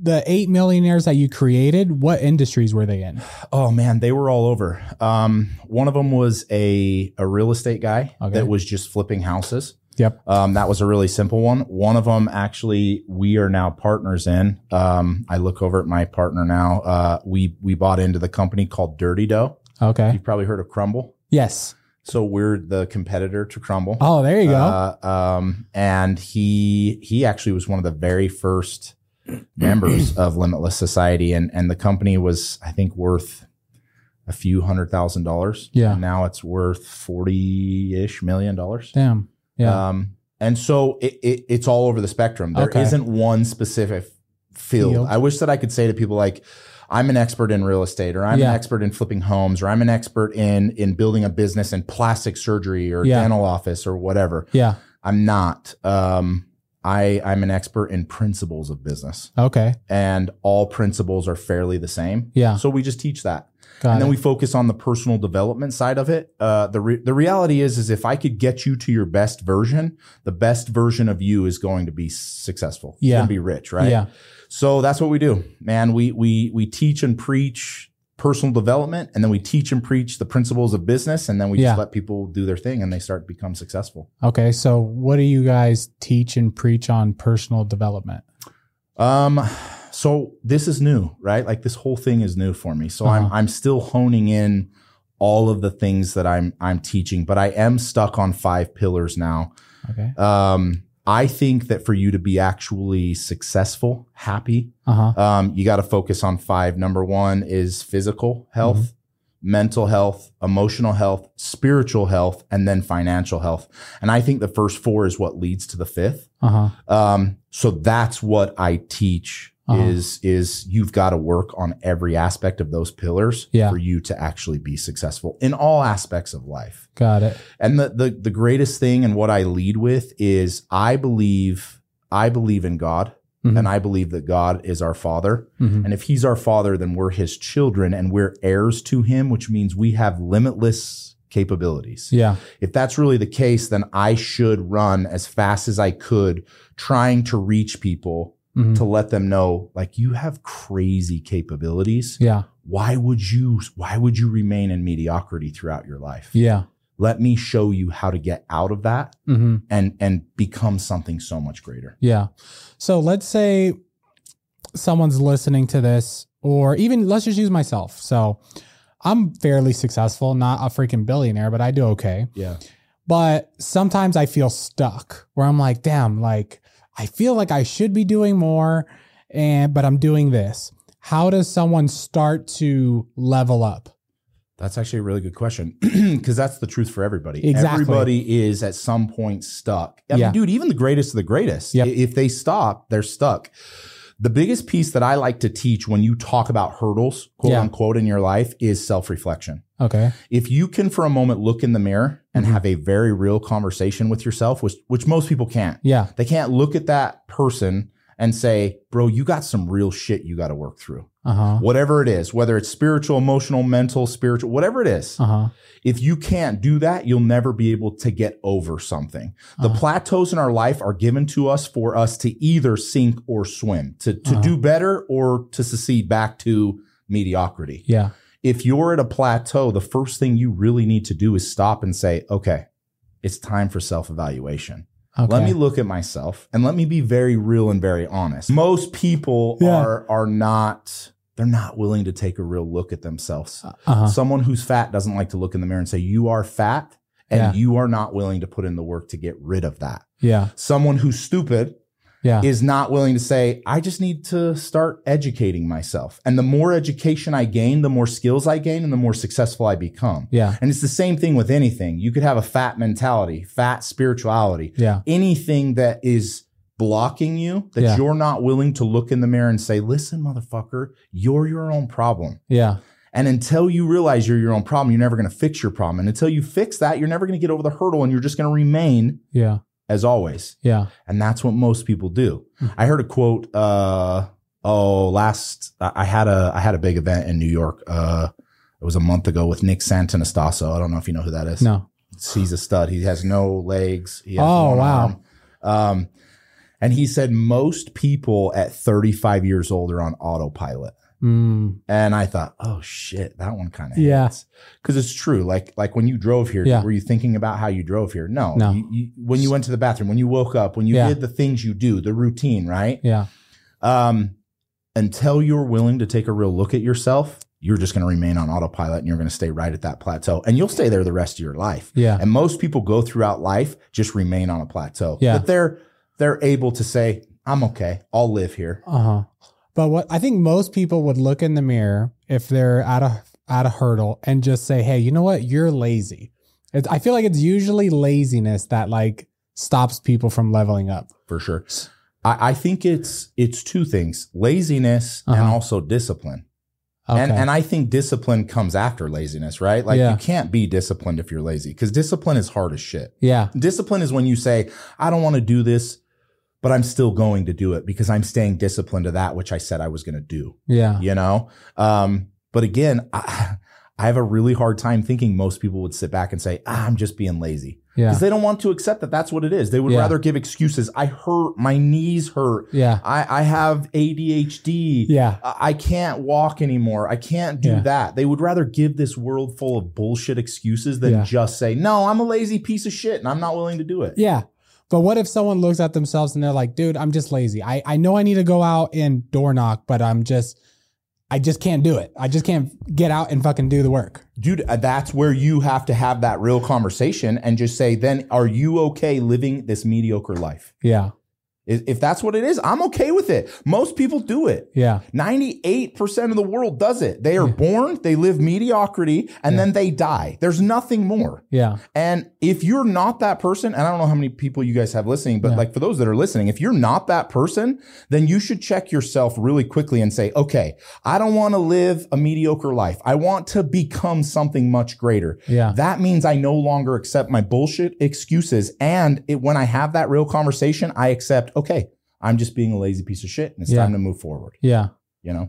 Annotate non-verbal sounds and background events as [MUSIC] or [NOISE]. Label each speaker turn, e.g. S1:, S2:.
S1: the eight millionaires that you created, what industries were they in?
S2: Oh man, they were all over. Um, one of them was a a real estate guy
S1: Okay.
S2: that was just flipping houses.
S1: Yep.
S2: Um, that was a really simple one. One of them actually we are now partners in. Um, I look over at my partner now. Uh, we we bought into the company called Dirty Dough.
S1: Okay.
S2: You've probably heard of Crumble.
S1: Yes.
S2: So we're the competitor to Crumble.
S1: Oh, there you go.
S2: Uh, um, and he he actually was one of the very first
S1: [CLEARS THROAT]
S2: members of Limitless Society, and and the company was I think worth a few hundred thousand dollars.
S1: Yeah.
S2: and now it's worth forty ish million dollars.
S1: Damn. Yeah.
S2: Um, and so it, it it's all over the spectrum. There
S1: Okay.
S2: not one specific field.
S1: Field.
S2: I wish that I could say to people like. I'm an expert in real estate, or I'm
S1: Yeah.
S2: an expert in flipping homes, or I'm an expert in in building a business in plastic surgery or
S1: Yeah.
S2: dental office or whatever.
S1: yeah.
S2: I'm not. Um, I I'm an expert in principles of business,
S1: Okay.
S2: and all principles are fairly the same.
S1: Yeah.
S2: So we just teach that,
S1: Got
S2: and then
S1: it.
S2: we focus on the personal development side of it. Uh, the re- the reality is, is if I could get you to your best version, the best version of you is going to be successful. It's
S1: Yeah.
S2: gonna be rich, right?
S1: Yeah.
S2: So that's what we do, man. We we we teach and preach personal development, and then we teach and preach the principles of business, and then we
S1: Yeah.
S2: just let people do their thing, and they start to become successful.
S1: Okay. So, what do you guys teach and preach on personal development?
S2: Um, so this is new, right? Like this whole thing is new for me. So I'm
S1: Uh-huh.
S2: I'm still honing in all of the things that I'm I'm teaching, but I am stuck on five pillars now.
S1: Okay.
S2: Um, I think that for you to be actually successful, happy,
S1: Uh huh.
S2: um, you got to focus on five. Number one is physical health. Mental health, emotional health, spiritual health, and then financial health. And I think the first four is what leads to the fifth.
S1: Uh huh.
S2: Um, so that's what I teach
S1: Uh-huh.
S2: is is you've got to work on every aspect of those pillars
S1: Yeah.
S2: for you to actually be successful in all aspects of life.
S1: Got it.
S2: And the the the greatest thing and what I lead with is I believe I believe in God
S1: Mhm.
S2: and I believe that God is our father.
S1: Mhm.
S2: And if he's our father, then we're his children and we're heirs to him, which means we have limitless capabilities
S1: Yeah.
S2: if that's really the case, then I should run as fast as I could trying to reach people
S1: Mhm.
S2: to let them know like you have crazy capabilities.
S1: Yeah.
S2: Why would you why would you remain in mediocrity throughout your life?
S1: Yeah.
S2: Let me show you how to get out of that
S1: Mm-hmm.
S2: and and become something so much greater.
S1: Yeah. So let's say someone's listening to this, or even let's just use myself. So I'm fairly successful, not a freaking billionaire, but I do okay.
S2: Yeah.
S1: But sometimes I feel stuck where I'm like, damn, like I feel like I should be doing more, and but I'm doing this. How does someone start to level up?
S2: That's actually a really good question [CLEARS THROAT] because that's the truth for everybody.
S1: Exactly.
S2: Everybody is at some point stuck. I
S1: Yeah.
S2: mean, dude, even the greatest of the greatest,
S1: Yep.
S2: i- if they stop, they're stuck. The biggest piece that I like to teach when you talk about hurdles, quote
S1: Yeah.
S2: unquote, in your life is self reflection.
S1: Okay.
S2: If you can, for a moment, look in the mirror and
S1: Mhm.
S2: have a very real conversation with yourself, which, which most people can't,
S1: Yeah.
S2: they can't look at that person and say, bro, you got some real shit you got to work through.
S1: Uh huh.
S2: Whatever it is, whether it's spiritual, emotional, mental, spiritual, whatever it is
S1: Uh huh.
S2: if you can't do that, you'll never be able to get over something. The
S1: Uh-huh.
S2: plateaus in our life are given to us for us to either sink or swim, to, to
S1: Uh-huh.
S2: do better or to secede back to mediocrity.
S1: Yeah.
S2: If you're at a plateau, the first thing you really need to do is stop and say, okay, it's time for self evaluation.
S1: Okay.
S2: Let me look at myself and let me be very real and very honest. Most people
S1: Yeah.
S2: are are not they're not willing to take a real look at themselves.
S1: Uh huh.
S2: Someone who's fat doesn't like to look in the mirror and say, You are fat, and
S1: Yeah.
S2: you are not willing to put in the work to get rid of that.
S1: Yeah.
S2: Someone who's stupid
S1: Yeah.
S2: is not willing to say, I just need to start educating myself. And the more education I gain, the more skills I gain, and the more successful I become.
S1: Yeah.
S2: And it's the same thing with anything. You could have a fat mentality, fat spirituality,
S1: Yeah.
S2: anything that is blocking you that
S1: Yeah.
S2: you're not willing to look in the mirror and say, Listen, motherfucker, you're your own problem.
S1: Yeah.
S2: And until you realize you're your own problem, you're never going to fix your problem. And until you fix that, you're never going to get over the hurdle and you're just going to remain
S1: Yeah.
S2: as always.
S1: Yeah.
S2: And that's what most people do.
S1: Hmm.
S2: I heard a quote, uh, oh, last, I I had a, I had a big event in New York. Uh, it was a month ago with Nick Santanastasso. I don't know if you know who that is
S1: No.
S2: he's a stud. He has no legs. He has
S1: Oh,
S2: one
S1: wow.
S2: arm. Um, And he said most people at 35 years old are on autopilot.
S1: Mm,
S2: And I thought, oh shit, that one kind of
S1: Yeah.
S2: yeah. Because it's true. Like like when you drove here,
S1: Yeah.
S2: were you thinking about how you drove here? No.
S1: No.
S2: You, you, when you went to the bathroom, when you woke up, when you
S1: Yeah.
S2: did the things you do, the routine, right?
S1: yeah.
S2: Um, until you're willing to take a real look at yourself, you're just going to remain on autopilot and you're going to stay right at that plateau, and you'll stay there the rest of your life.
S1: Yeah.
S2: And most people go throughout life just remain on a plateau.
S1: Yeah.
S2: But they're they're able to say, "I'm okay. I'll live here."
S1: Uh huh. But what I think most people would look in the mirror if they're at a at a hurdle and just say, "Hey, you know what? You're lazy." It, I feel like it's usually laziness that like stops people from leveling up.
S2: for sure. I, I think it's it's two things: laziness and
S1: Uh-huh.
S2: also discipline.
S1: Okay.
S2: And and I think discipline comes after laziness, right? Like
S1: Yeah.
S2: you can't be disciplined if you're lazy because discipline is hard as shit.
S1: yeah.
S2: Discipline is when you say, I don't want to do this, but I'm still going to do it because I'm staying disciplined to that which I said I was going to do.
S1: Yeah.
S2: You know? Um, but again, I, [LAUGHS] I have a really hard time thinking most people would sit back and say, ah, I'm just being lazy
S1: Yeah.
S2: because they don't want to accept that that's what it is. They would
S1: Yeah.
S2: rather give excuses. I hurt. My knees hurt.
S1: Yeah.
S2: I, I have ADHD.
S1: Yeah.
S2: I I can't walk anymore. I can't do
S1: Yeah.
S2: that. They would rather give this world full of bullshit excuses than
S1: Yeah.
S2: just say, no, I'm a lazy piece of shit and I'm not willing to do it.
S1: Yeah. But what if someone looks at themselves and they're like, dude, I'm just lazy. I, I know I need to go out and door knock, but I'm just, I just can't do it. I just can't get out and fucking do the work.
S2: Dude, uh, that's where you have to have that real conversation and just say, then are you okay living this mediocre life?
S1: Yeah.
S2: If if that's what it is, I'm okay with it. Most people do it.
S1: Yeah.
S2: 98% of the world does it. They are
S1: Yeah.
S2: born, they live mediocrity, and
S1: Yeah.
S2: then they die. There's nothing more.
S1: Yeah.
S2: And if you're not that person, and I don't know how many people you guys have listening, but
S1: Yeah.
S2: like for those that are listening, if you're not that person, then you should check yourself really quickly and say, okay, I don't want to live a mediocre life. I want to become something much greater.
S1: Yeah.
S2: That means I no longer accept my bullshit excuses. And it, when I have that real conversation, I accept, okay, I'm just being a lazy piece of shit and it's
S1: Yeah.
S2: time to move forward,
S1: Yeah.
S2: you know?